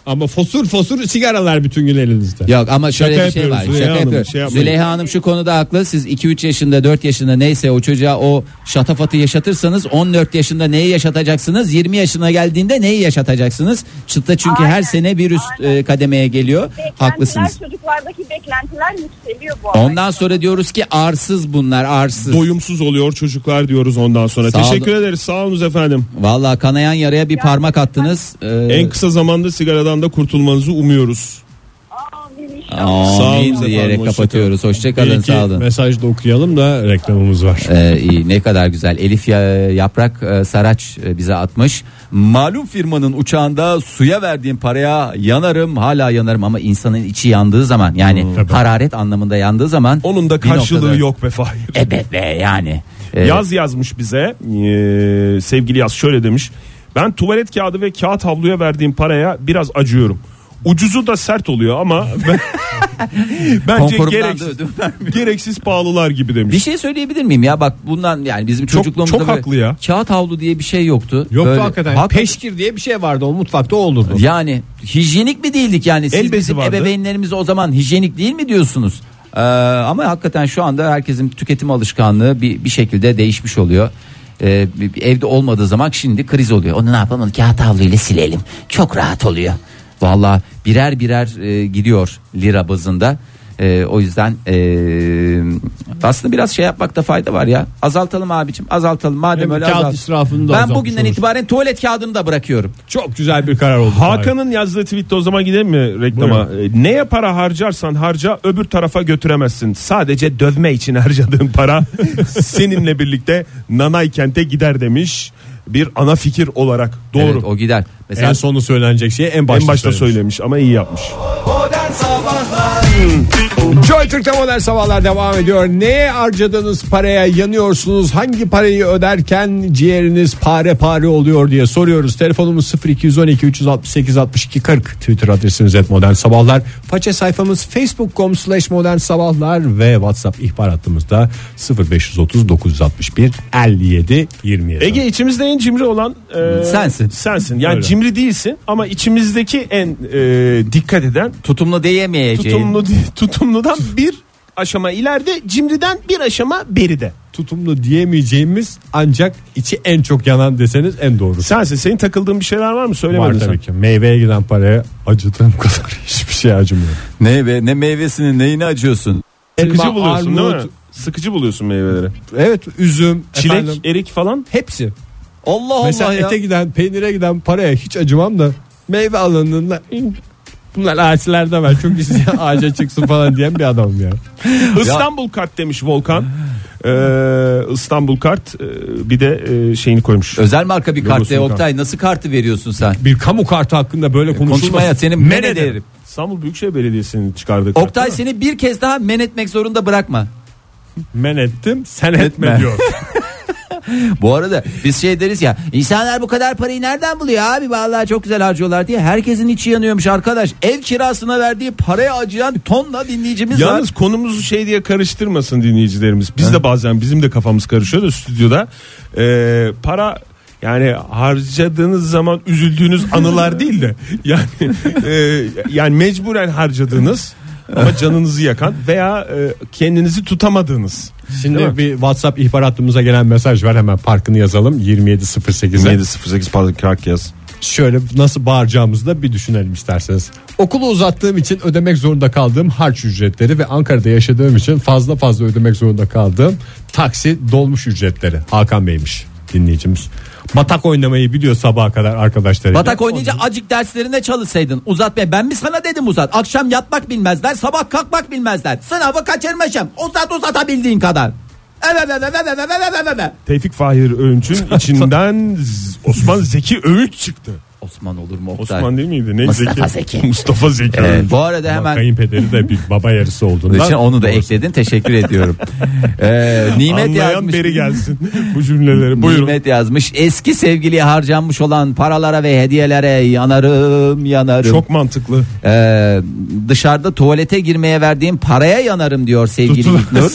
S2: ama fosur fosur sigaralar bütün gün elinizde.
S3: Yok ama şöyle
S4: Şaka
S3: bir şey var.
S4: yapıyoruz Züleyha
S3: şaka
S4: Hanım,
S3: yapıyoruz.
S4: şey yapmayın.
S3: Züleyha Hanım şu konuda haklı. Siz 2-3 yaşında 4 yaşında neyse o çocuğa o şatafatı yaşatırsanız 14 yaşında neyi yaşatacaksınız? 20 yaşına geldiğinde neyi yaşatacaksınız? Çıta çünkü her
S1: Aynen,
S3: sene bir üst
S1: aynen.
S3: e, kademeye geliyor.
S1: Beklentiler,
S3: Haklısınız.
S1: Çocuklardaki beklentiler yükseliyor bu arada.
S3: Ondan sonra diyoruz ki arsız bunlar arsız.
S4: Doyumsuz oluyor çocuklar diyoruz ondan sonra.
S3: Sağ olun.
S4: Teşekkür ederiz sağ olunuz efendim.
S3: Vallahi kanayan yaraya bir parmak attınız. Ee,
S4: En kısa zamanda sigaradan da kurtulmanız umuyoruz.
S1: Amin inşallah.
S3: amin
S4: Sağ olun efendim,
S3: diyerek
S4: hoşça
S3: kapatıyoruz.
S2: Bir
S3: Hoşçakalın
S2: iki
S3: sağ olun.
S2: mesaj da okuyalım da reklamımız var.
S3: Ee, iyi, ne kadar güzel. Elif ya, Yaprak e, Saraç e, bize atmış. Malum firmanın uçağında suya verdiğim paraya yanarım hala yanarım ama insanın içi yandığı zaman yani
S4: Hmm,
S2: tabii.
S3: hararet anlamında yandığı zaman
S4: Onun da
S3: bir noktada-
S4: karşılığı yok be Fahir.
S3: Evet be yani. Ee,
S4: Yaz yazmış bize Ee, sevgili Yaz şöyle demiş. Ben tuvalet kağıdı ve kağıt havluya verdiğim paraya biraz acıyorum. Ucuzu da sert oluyor ama ben- bence
S3: konforumdan da
S4: gereksiz,
S3: ödün vermiyor.
S4: gereksiz pahalılar gibi demiş.
S3: Bir şey söyleyebilir miyim ya bak bundan yani bizim
S4: Çok-
S3: çocukluğumuzda
S4: çok
S3: böyle
S4: haklı ya.
S3: kağıt havlu diye bir şey yoktu.
S2: Yoktu
S3: Böyle-
S2: hakikaten.
S3: Hakikaten.
S2: Peşkir diye bir şey vardı o mutfakta o olurdu.
S3: Yani hijyenik mi değildik yani siz
S4: El bezi
S3: bizim
S4: vardı.
S3: ebeveynlerimiz o zaman hijyenik değil mi diyorsunuz? Ee, ama hakikaten şu anda herkesin tüketim alışkanlığı bir, bir şekilde değişmiş oluyor. Ee, bir- bir evde olmadığı zaman şimdi kriz oluyor. Onu ne yapalım? Onu kağıt havluyla silelim. Çok rahat oluyor. Valla birer birer Ee, e, gidiyor lira bazında. E, o yüzden e, aslında biraz şey yapmakta fayda var ya. Azaltalım abicim azaltalım madem
S2: Hem
S3: öyle
S2: kağıt
S3: azalt-
S2: israfını da
S3: Ben
S2: azaltmış
S3: bugünden
S2: oluruz.
S3: itibaren tuvalet kağıdını da bırakıyorum.
S2: Çok güzel bir karar oldu.
S4: Hakan'ın yazdığı tweette o zaman gidelim mi reklama? E, Neye para harcarsan harca öbür tarafa götüremezsin. Sadece dövme için harcadığın para seninle birlikte Nanay kente gider demiş. Bir ana fikir olarak doğru.
S3: Evet, o gider. Mesela
S2: En sonu söylenecek şeyi en başta,
S4: en başta
S2: söylemiş.
S4: söylemiş ama iyi yapmış.
S2: Joy Türk'te modern sabahlar devam ediyor. Neye harcadığınız paraya yanıyorsunuz? Hangi parayı öderken ciğeriniz pare pare oluyor diye soruyoruz. Telefonumuz 0212 368 62 40. Twitter adresimiz et modern sabahlar. Faça sayfamız facebook.com slash modern sabahlar ve WhatsApp ihbar hattımızda 0530 961 57 27.
S4: Ege içimizde en cimri olan e,
S3: Sensin.
S4: Sensin. Yani
S2: Öyle.
S4: cimri değilsin ama içimizdeki en e, dikkat eden
S3: tutumlu diyemeyeceğin.
S4: tutumlu tutumludan bir aşama ileride, cimriden bir aşama beride.
S2: tutumlu diyemeyeceğimiz ancak içi en çok yanan deseniz en doğrusu.
S4: Sensin. Senin takıldığın bir şeyler var mı? Söylemedin
S2: Var
S4: sen.
S2: tabii ki. Meyveye giden paraya acıdığım kadar hiçbir şey acımıyor.
S3: Ne be ne meyvesini neyini acıyorsun?
S4: Sıkıcı
S2: Elma,
S4: buluyorsun değil mi?
S2: armut.
S4: Sıkıcı buluyorsun meyveleri.
S2: Evet üzüm,
S4: Çilek,
S2: efendim,
S4: erik falan.
S2: hepsi.
S3: Allah Allah
S2: Mesela
S3: ya.
S2: ete giden, peynire giden paraya hiç acımam da meyve alanında bunlar ağaçlarda var. Çok işsiz ağaca çıksın falan diyen bir adamım ya.
S4: İstanbul kart demiş Volkan. Ee, İstanbul kart e, bir de e, şeyini koymuş.
S3: Özel marka bir kart
S4: Logosunu
S3: de Oktay nasıl kartı veriyorsun sen?
S2: Bir kamu kartı hakkında böyle konuşulmaz.
S3: E, Konuşmaya seni
S2: Men
S3: men
S2: ederim.
S3: ederim.
S4: İstanbul Büyükşehir Belediyesi'nin çıkardığı kart,
S3: Oktay
S4: değil mi?
S3: seni bir kez daha men etmek zorunda bırakma.
S2: Men ettim sen etme,
S3: Etme.
S2: diyor.
S3: Bu arada biz şey deriz ya insanlar bu kadar parayı nereden buluyor abi vallahi çok güzel harcıyorlar diye herkesin içi yanıyormuş arkadaş. Ev kirasına verdiği paraya acıyan tonla dinleyicimiz var.
S4: Yalnız konumuzu şey diye karıştırmasın dinleyicilerimiz. Biz de bazen bizim de kafamız karışıyor da stüdyoda. Ee, para yani harcadığınız zaman üzüldüğünüz anılar değil de yani e, yani mecburen harcadığınız ama canınızı yakan veya e, kendinizi tutamadığınız. Değil mi?
S2: Şimdi bir WhatsApp ihbar hattımıza gelen mesaj var hemen parkını yazalım 2708'e.
S4: 0708 pardon kart yaz.
S2: Şöyle nasıl bağıracağımızı da bir düşünelim isterseniz. Okulu uzattığım için ödemek zorunda kaldığım harç ücretleri ve Ankara'da yaşadığım için fazla fazla ödemek zorunda kaldığım taksi dolmuş ücretleri. Hakan Bey'miş dinleyicimiz. Batak oynamayı biliyor sabaha kadar arkadaşları.
S3: Batak oynayınca acık derslerine çalışsaydın Uzat Bey ben mi sana dedim uzat Akşam yatmak bilmezler sabah kalkmak bilmezler Sınavı kaçırmışım uzat uzatabildiğin kadar Eve eve eve eve eve eve eve
S4: Tevfik Fahir Öğünç'ün içinden Z- Osman Zeki Öğüt çıktı.
S3: Osman olur mu Oktay?
S4: Osman değil miydi? Ne
S3: Mustafa Zeki.
S4: Mustafa Zeki.
S3: Ee,
S4: Öğünç.
S3: bu arada
S2: Hemen.
S3: hemen
S2: Kayınpederi de bir baba yarısı olduğundan.
S3: için onu da ekledin teşekkür ediyorum. Ee, nimet
S4: Anlayan
S3: yazmış.
S4: beri gelsin bu cümleleri. Buyurun.
S3: Nimet yazmış. Eski sevgiliye harcanmış olan paralara ve hediyelere yanarım yanarım.
S4: Çok mantıklı.
S3: Ee, dışarıda tuvalete girmeye verdiğim paraya yanarım diyor sevgili
S2: Tutun.
S3: İlknur.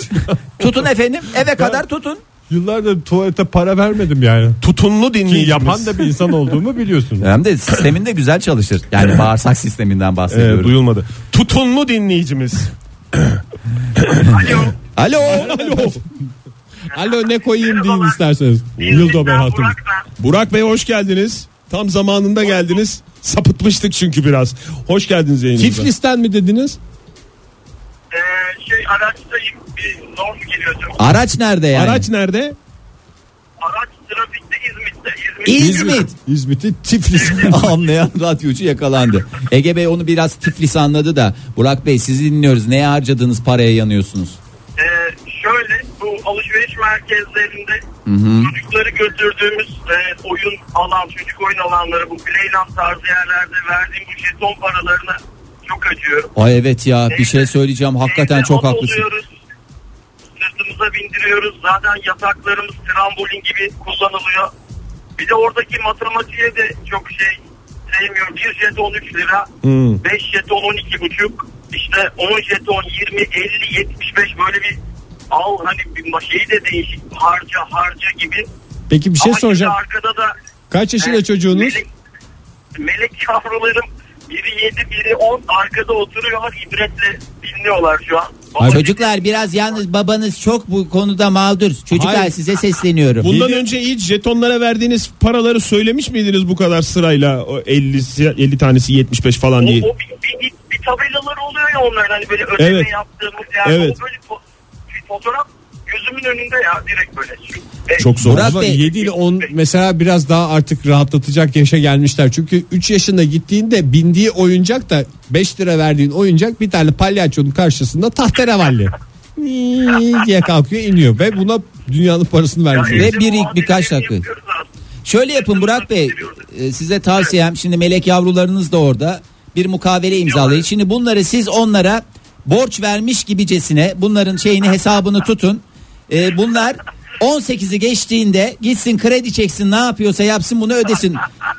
S3: tutun efendim eve kadar tutun.
S2: Yıllardır tuvalete para vermedim yani.
S4: Tutunlu
S2: Ki
S4: dinleyicimiz.
S2: yapan da bir insan olduğumu biliyorsun.
S3: Hem de sisteminde güzel çalışır. Yani bağırsak sisteminden
S4: Ee,
S3: bahsediyorum.
S4: duyulmadı. Tutunlu dinleyicimiz.
S3: Alo.
S2: Alo. Alo ne koyayım deyin isterseniz. Yıldo Bey hatun.
S4: Burak Bey hoş geldiniz. Tam zamanında geldiniz. Sapıtmıştık çünkü biraz. Hoş geldiniz yayınımıza.
S2: Tiflis'ten mi dediniz?
S5: Ee, şey araçtayım bir zor mu geliyordu?
S3: Araç nerede yani?
S4: Araç nerede?
S5: Araç trafikte İzmit'te. İzmit.
S3: İzmit.
S2: İzmit'i Tiflis.
S3: Anlayan radyocu yakalandı. Ege Bey onu biraz tiflis anladı da. Burak Bey sizi dinliyoruz. Neye harcadığınız paraya yanıyorsunuz?
S5: Ee, şöyle bu alışveriş merkezlerinde çocukları götürdüğümüz e, oyun alan çocuk oyun alanları bu playland tarzı yerlerde verdiğim bu jeton paralarına çok acıyorum.
S3: Ay evet ya bir şey söyleyeceğim. Hakikaten
S5: Evde
S3: çok
S5: at
S3: haklısın.
S5: oluyoruz, Sırtımıza bindiriyoruz. Zaten yataklarımız trambolin gibi kullanılıyor. Bir de oradaki matematiğe de çok şey sevmiyorum. Bir jeton 13 lira, 5 jeton 12 buçuk, işte 10 jeton 20, 50, 75 böyle bir al hani bir şeyi de değişik harca harca gibi.
S2: Peki bir şey
S5: Ama şimdi
S2: soracağım.
S5: Arkada da
S2: Kaç yaşında
S5: Evet,
S2: çocuğunuz?
S5: Melek, melek yavrularım biri 7 biri 10 arkada oturuyorlar ibretle dinliyorlar şu an. Baba-
S3: Çocuklar biraz yalnız babanız çok bu konuda mağdur. Çocuklar
S2: Hayır.
S3: size sesleniyorum.
S4: Bundan önce hiç jetonlara verdiğiniz paraları söylemiş miydiniz bu kadar sırayla? O 50 50 tanesi 75 falan
S5: O,
S4: diye.
S5: o bir, bir, bir, bir tabelalar oluyor ya onlar hani böyle ödeme
S4: Evet.
S5: yaptığımız yani
S4: Evet.
S5: o böyle po- fotoğraf gözümün önünde ya direkt böyle. E,
S2: Çok zor.
S3: Murat
S2: Ama
S3: Bey-
S2: 7 ile 10 mesela biraz daha artık rahatlatacak yaşa gelmişler. Çünkü 3 yaşında gittiğinde bindiği oyuncak da 5 lira verdiğin oyuncak bir tane palyaçonun karşısında tahterevalli. İyi diye kalkıyor iniyor ve buna dünyanın parasını vermiş.
S5: Ya
S2: oluyor.
S3: Ve
S5: evde
S3: bir-
S5: muhabbetini
S3: birkaç dakika.
S5: yapıyoruz aslında.
S3: Şöyle yapın Burak Bey e, size tavsiyem şimdi melek yavrularınız da orada bir mukavele imzalayın. Şimdi bunları siz onlara borç vermiş gibicesine bunların şeyini hesabını tutun. E, bunlar 18'i geçtiğinde gitsin kredi çeksin ne yapıyorsa yapsın bunu ödesin.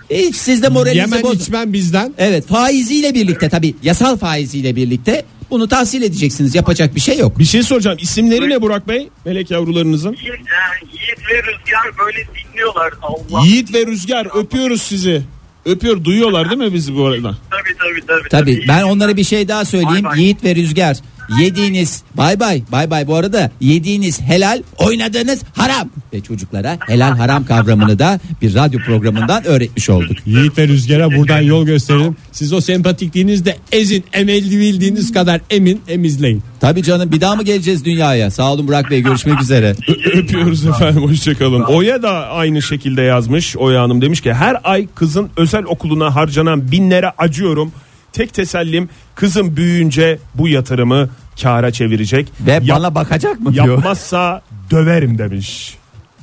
S3: E, Hiç siz de moralinizi
S2: Yemen
S3: bozun.
S2: içmen bizden.
S3: Evet faiziyle birlikte tabii yasal faiziyle birlikte bunu tahsil edeceksiniz yapacak bir şey yok.
S4: Bir şey soracağım. İsimleri ne Burak Bey? Melek yavrularınızın.
S5: Yiğit, e, Yiğit ve Rüzgar böyle dinliyorlar. Allah.
S4: Yiğit ve Rüzgar öpüyoruz sizi. Öpüyor duyuyorlar değil mi bizi bu arada?
S5: Tabii tabii tabii.
S3: Tabii
S5: tabii.
S3: ben onlara bir şey daha söyleyeyim.
S5: Bay bay.
S3: Yiğit ve Rüzgar yediğiniz bay bay bay bay bu arada yediğiniz helal oynadığınız haram ve çocuklara helal haram kavramını da bir radyo programından öğretmiş olduk.
S2: Yiğit ve Rüzgar'a buradan yol gösterelim. Siz o sempatikliğinizde ezin emelli bildiğiniz kadar emin emizleyin.
S3: Tabii canım bir daha mı geleceğiz dünyaya? Sağ olun Burak Bey görüşmek üzere.
S4: Ö- Öpüyoruz efendim hoşçakalın. Oya da aynı şekilde yazmış. Oya Hanım demiş ki her ay kızın özel okuluna harcanan binlere acıyorum. Tek tesellim kızım büyüyünce bu yatırımı kâra çevirecek.
S3: Ve
S4: Yap-
S3: bana bakacak mı diyor.
S4: yapmazsa döverim demiş.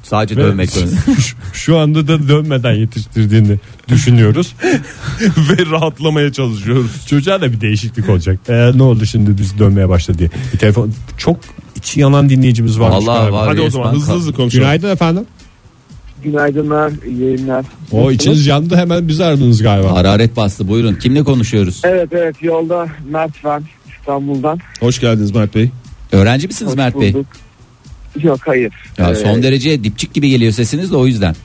S3: Sadece dövmek zorunda.
S2: Şu anda da dönmeden yetiştirdiğini düşünüyoruz.
S4: Ve rahatlamaya çalışıyoruz.
S2: Çocuğa da bir değişiklik olacak. Ee, ne oldu şimdi biz dönmeye başladı diye. Bir telefon çok içi yanan dinleyicimiz varmış.
S3: Vallahi
S2: galiba.
S3: var.
S4: Hadi o
S3: resmen
S4: zaman hızlı
S3: kal-
S4: hızlı konuşalım.
S2: Günaydın efendim.
S6: Günaydınlar, iyi yayınlar.
S2: O içiniz yandı hemen bizi aradınız galiba.
S3: Hararet bastı buyurun. Kimle konuşuyoruz?
S6: Evet evet yolda Mert ben İstanbul'dan.
S4: Hoş geldiniz Mert Bey.
S3: Öğrenci misiniz
S6: Hoş
S3: Mert Bey?
S6: bulduk. Yok hayır.
S3: Ya
S6: Ee,
S3: son derece dipçik gibi geliyor sesiniz de o yüzden.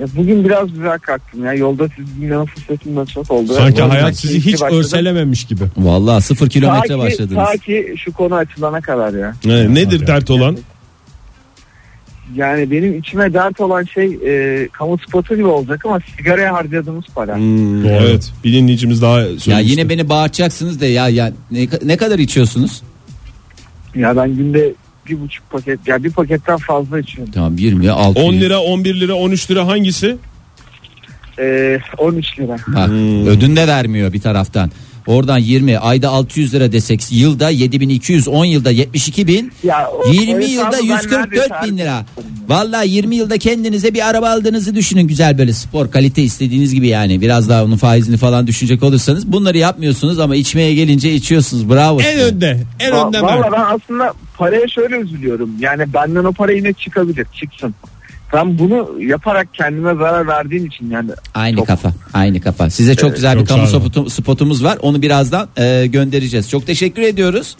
S6: ya bugün biraz güzel kalktım ya. Yolda sizi dinleme fırsatım da çok oldu.
S2: Sanki
S6: O yüzden
S2: hayat sizi
S6: keyifli
S2: hiç
S6: başladım.
S2: örselememiş gibi.
S3: Vallahi sıfır
S6: Ta
S3: kilometre
S6: ki-
S3: başladınız.
S6: Ta ki şu konu açılana kadar ya.
S4: Ee, nedir
S2: abi.
S4: dert olan?
S6: Yani benim içime dert olan şey e, kamu spotu gibi olacak ama sigaraya harcadığımız para.
S4: Hmm,
S2: Doğru.
S4: evet bir dinleyicimiz daha söylemişti.
S3: Ya yine beni bağırtacaksınız da ya ya ne, ne kadar içiyorsunuz?
S6: Ya ben günde bir buçuk paket ya bir paketten fazla içiyorum.
S3: Tamam 20 6
S4: 10 lira 11 lira 13 lira hangisi?
S6: E, 13 lira.
S3: Bak ödün de vermiyor bir taraftan. Oradan 20 ayda 600 lira desek yılda 7200 10 yılda 72000
S6: Ya o-
S3: 20
S6: o
S3: yılda
S6: hesabı ben
S3: 144
S6: neredeyse
S3: bin lira. Vallahi 20 yılda kendinize bir araba aldığınızı düşünün güzel böyle spor kalite istediğiniz gibi yani biraz daha onun faizini falan düşünecek olursanız bunları yapmıyorsunuz ama içmeye gelince içiyorsunuz bravo.
S2: En
S3: size.
S2: önde. En
S6: Va-
S2: önde
S6: Valla
S2: Mert.
S6: ben aslında paraya şöyle üzülüyorum. Yani benden o para yine çıkabilir, çıksın. Ben bunu yaparak kendime zarar verdiğim için yani.
S3: Aynı
S6: Çok-
S3: kafa. Aynı kafa. Size çok güzel bir
S2: çok
S3: kamu
S2: sağ olun.
S3: spotu- spotumuz var. Onu birazdan e, göndereceğiz. Çok teşekkür ediyoruz.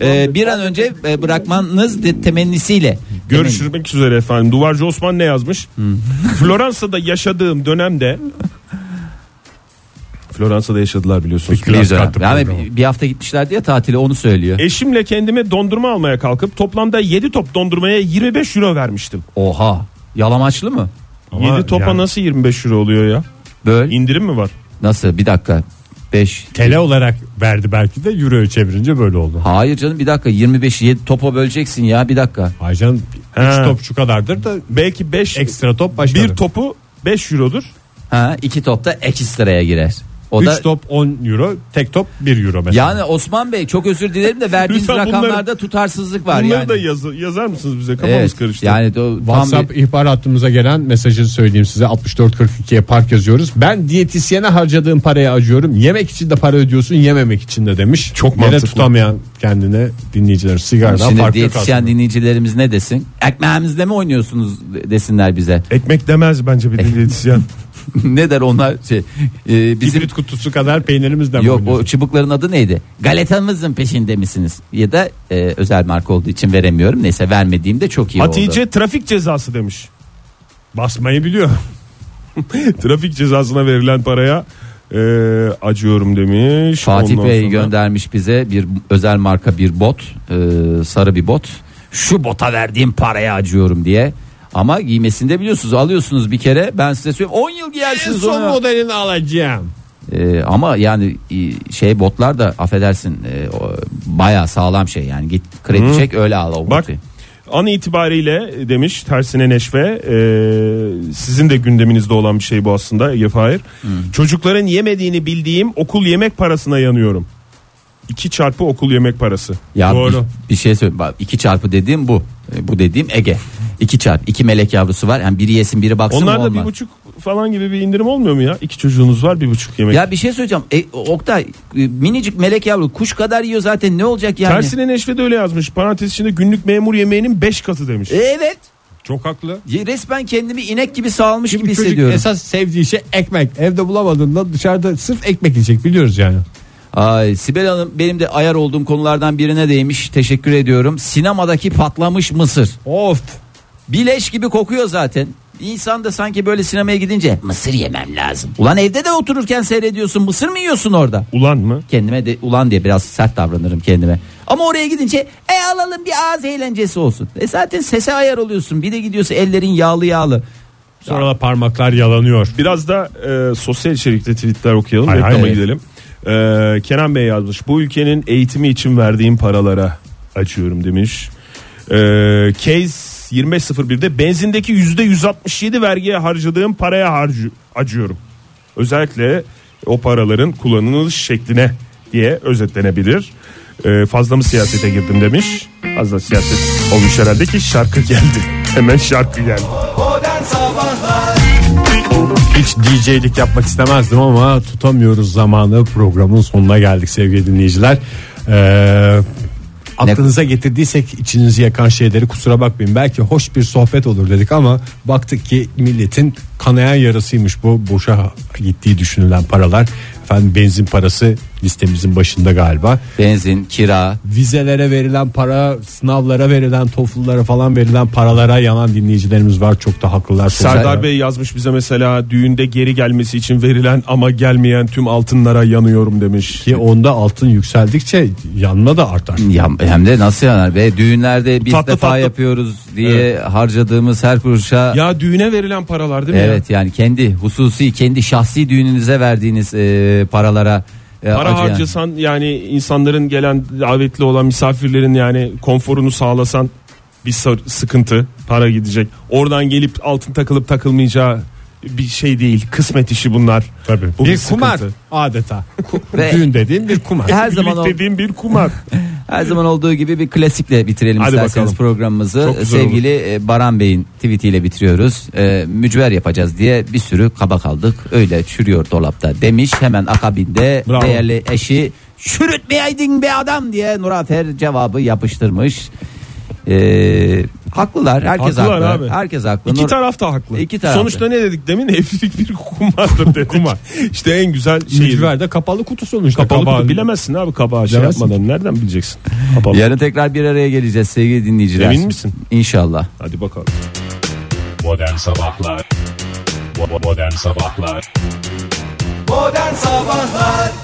S3: E, bir an önce e, bırakmanız de, temennisiyle.
S4: Görüşmek üzere efendim. Duvarcı Osman ne yazmış? Floransa'da yaşadığım dönemde Floransa'da yaşadılar biliyorsunuz.
S2: Peki. Biraz
S3: Bir,
S2: kalktı
S3: yani
S2: programı.
S3: bir- bir hafta gitmişler diye tatile onu söylüyor.
S4: Eşimle kendime dondurma almaya kalkıp toplamda 7 top dondurmaya 25 euro vermiştim.
S3: Oha. Yalamaçlı mı?
S2: Ama
S4: 7 topa
S2: yani-
S4: nasıl 25 euro oluyor ya?
S3: Böl.
S4: İndirim mi var?
S3: Nasıl? Bir dakika. 5.
S2: Tele olarak verdi belki de euroyu çevirince böyle oldu.
S3: Hayır canım bir dakika 25'i 7 topa böleceksin ya bir dakika.
S2: Aycan 3
S4: He.
S2: top şu kadardır da
S4: Belki 5
S2: ekstra top başka.
S4: bir topu 5 eurodur.
S3: Ha iki top da ekstraya girer. O
S2: 3
S3: da
S2: top 10 euro, tek top 1 euro mesela.
S3: yani Osman Bey çok özür dilerim de verdiğiniz
S4: Lütfen bunları-
S3: rakamlarda tutarsızlık var
S4: Bunları
S3: yani.
S4: da yazı- yazar mısınız bize? Kafamız
S3: Evet,
S4: karıştı.
S3: Yani de o tam
S2: WhatsApp
S3: bir-
S2: ihbar hattımıza gelen mesajı söyleyeyim size 6442'ye park yazıyoruz. Ben diyetisyene harcadığım paraya acıyorum. Yemek için de para ödüyorsun yememek için de demiş. Çok
S4: mantıklı.
S2: tutamayan kendine dinleyiciler sigaradan
S3: Şimdi
S2: fark yok
S3: diyetisyen
S2: aslında.
S3: dinleyicilerimiz ne desin? Ekmeğimizle mi oynuyorsunuz de- desinler bize.
S4: Ekmek demez bence bir diyetisyen.
S3: ne der onlar şey, e, bizim
S2: Kibrit kutusu kadar peynirimizden
S3: yok o
S2: bulunuyor.
S3: çubukların adı neydi? Galetamızın peşinde misiniz? Ya da e, özel marka olduğu için veremiyorum. Neyse vermediğimde çok iyi oldu.
S4: Hatice trafik cezası demiş.
S2: basmayı biliyor.
S4: Trafik cezasına verilen paraya e, acıyorum demiş.
S3: Fatih
S4: Ondan
S3: Bey
S4: sonra-
S3: göndermiş bize bir özel marka bir bot, e, sarı bir bot. Şu bota verdiğim paraya acıyorum diye. Ama giymesinde biliyorsunuz alıyorsunuz bir kere ben size söyleyeyim 10 yıl
S2: En
S3: giyersiniz
S2: son
S3: onu.
S2: modelini alacağım.
S7: Ee, ama yani e, şey botlar da affedersin e, o, bayağı sağlam şey yani git kredi çek öyle al o
S4: Bak
S7: botu.
S4: an itibariyle demiş tersine neşve e, sizin de gündeminizde olan bir şey bu aslında Ege Fahir.
S7: Hmm.
S4: Çocukların yemediğini bildiğim okul yemek parasına yanıyorum. 2 çarpı okul yemek parası.
S7: Ya
S4: Doğru.
S7: Bir, bir şey söyleyeyim. Bak, iki çarpı dediğim bu. E, Bu dediğim Ege. İki çarp. iki melek yavrusu var. Yani biri yesin biri baksın
S4: Onlar
S7: o
S4: da
S7: olmaz.
S4: bir buçuk falan gibi bir indirim olmuyor mu ya? İki çocuğunuz var bir buçuk yemek.
S7: Ya bir şey söyleyeceğim. E, Oktay e, minicik melek yavru kuş kadar yiyor zaten ne olacak yani?
S4: Tersine Neşve de öyle yazmış. Parantez içinde günlük memur yemeğinin 5 katı demiş.
S7: E, Evet.
S2: Çok haklı.
S7: Ya Resmen kendimi inek gibi sağalmış gibi
S2: Çocuk
S7: hissediyorum.
S2: esas sevdiği şey ekmek. Evde bulamadığında dışarıda sırf ekmek yiyecek biliyoruz yani.
S7: Ay Sibel Hanım benim de ayar olduğum konulardan birine değmiş. Teşekkür ediyorum. Sinemadaki patlamış mısır.
S2: Of.
S7: Bileş gibi kokuyor zaten. İnsan da sanki böyle sinemaya gidince mısır yemem lazım. Ulan evde de otururken seyrediyorsun mısır mı yiyorsun orada?
S4: Ulan mı?
S7: Kendime de ulan diye biraz sert davranırım kendime. Ama oraya gidince e alalım bir ağız eğlencesi olsun. E zaten sese ayar oluyorsun. Bir de gidiyorsun ellerin yağlı yağlı.
S2: Sonra da parmaklar yalanıyor.
S4: Biraz da e, sosyal içerikte tweetler okuyalım.
S2: Hay hay,
S4: Reklama
S2: evet.
S4: gidelim. E, Kenan Bey yazmış. Bu ülkenin eğitimi için verdiğim paralara acıyorum demiş. E, Case 2501'de benzindeki %167 vergiye harcadığım paraya harcı, acıyorum. Özellikle o paraların kullanılış şekline diye özetlenebilir. E, fazla mı siyasete girdim demiş. Fazla siyaset olmuş herhalde ki şarkı geldi. Hemen şarkı geldi.
S2: Hiç DJ'lik yapmak istemezdim ama tutamıyoruz zamanı. Programın sonuna geldik sevgili dinleyiciler. Ee, aklınıza getirdiysek içinizi yakan şeyleri kusura bakmayın. Belki hoş bir sohbet olur dedik ama baktık ki milletin kanayan yarasıymış bu boşa gittiği düşünülen paralar. Efendim benzin parası listemizin başında galiba.
S7: Benzin, kira,
S2: Vizelere verilen para, sınavlara verilen, tofullara falan verilen paralara yanan dinleyicilerimiz var. Çok da haklılar.
S4: Serdar Bey yazmış bize mesela düğünde geri gelmesi için verilen ama gelmeyen tüm altınlara yanıyorum demiş.
S2: Ki onda altın yükseldikçe yanma da artar.
S3: Hmm.
S7: Ya, hem de nasıl yanar ve düğünlerde biz
S4: Tatlı
S7: defa
S4: tatlı-
S7: yapıyoruz diye harcadığımız her kuruşa
S4: Ya düğüne verilen paralar değil mi? ya?
S7: evet yani kendi hususi kendi şahsi düğününüze verdiğiniz e, paralara e,
S4: Para
S7: acıyan-
S4: harcasan yani insanların gelen davetli olan misafirlerin yani konforunu sağlasan bir sor- sıkıntı para gidecek. Oradan gelip altın takılıp takılmayacağı bir şey değil. Kısmet işi bunlar.
S2: Tabii.
S4: Bu
S2: bir
S4: bir E, sıkıntı.
S2: kumar adeta. Ku-
S7: Ve-
S2: Düğün dediğin bir kumar.
S7: her zaman ol-
S4: Birlik dediğim bir kumar.
S7: her zaman olduğu gibi bir klasikle bitirelim
S4: Hadi
S7: isterseniz
S4: bakalım.
S7: programımızı
S4: Çok güzel
S7: sevgili e, Baran Bey'in tweetiyle bitiriyoruz. E, mücver yapacağız diye bir sürü kaba kaldık. Öyle çürüyor dolapta demiş. Hemen akabinde
S4: Bravo.
S7: değerli eşi çürütmeyeydin be adam diye Nurafer cevabı yapıştırmış. E, haklılar herkes
S4: Haklılar
S7: haklı.
S4: abi.
S7: Herkes haklı.
S4: İki
S7: Nur-
S4: taraf da haklı.
S7: İki taraf da.
S4: Sonuçta ne dedik demin? Evlilik bir kumardır dedik.
S2: Kumar.
S4: İşte en güzel şey.
S2: Mücver de kapalı kutu sonuçta.
S4: Kapalı
S2: Kapağı-
S4: kutu bilemezsin abi kabağı şey
S2: Bilemezsin.
S4: yapmadan nereden bileceksin? Kapalı.
S7: Yarın tekrar bir araya geleceğiz sevgili dinleyiciler.
S4: Emin misin?
S7: İnşallah.
S4: Hadi bakalım.
S8: Modern Sabahlar Bo- bo- Modern Sabahlar Modern Sabahlar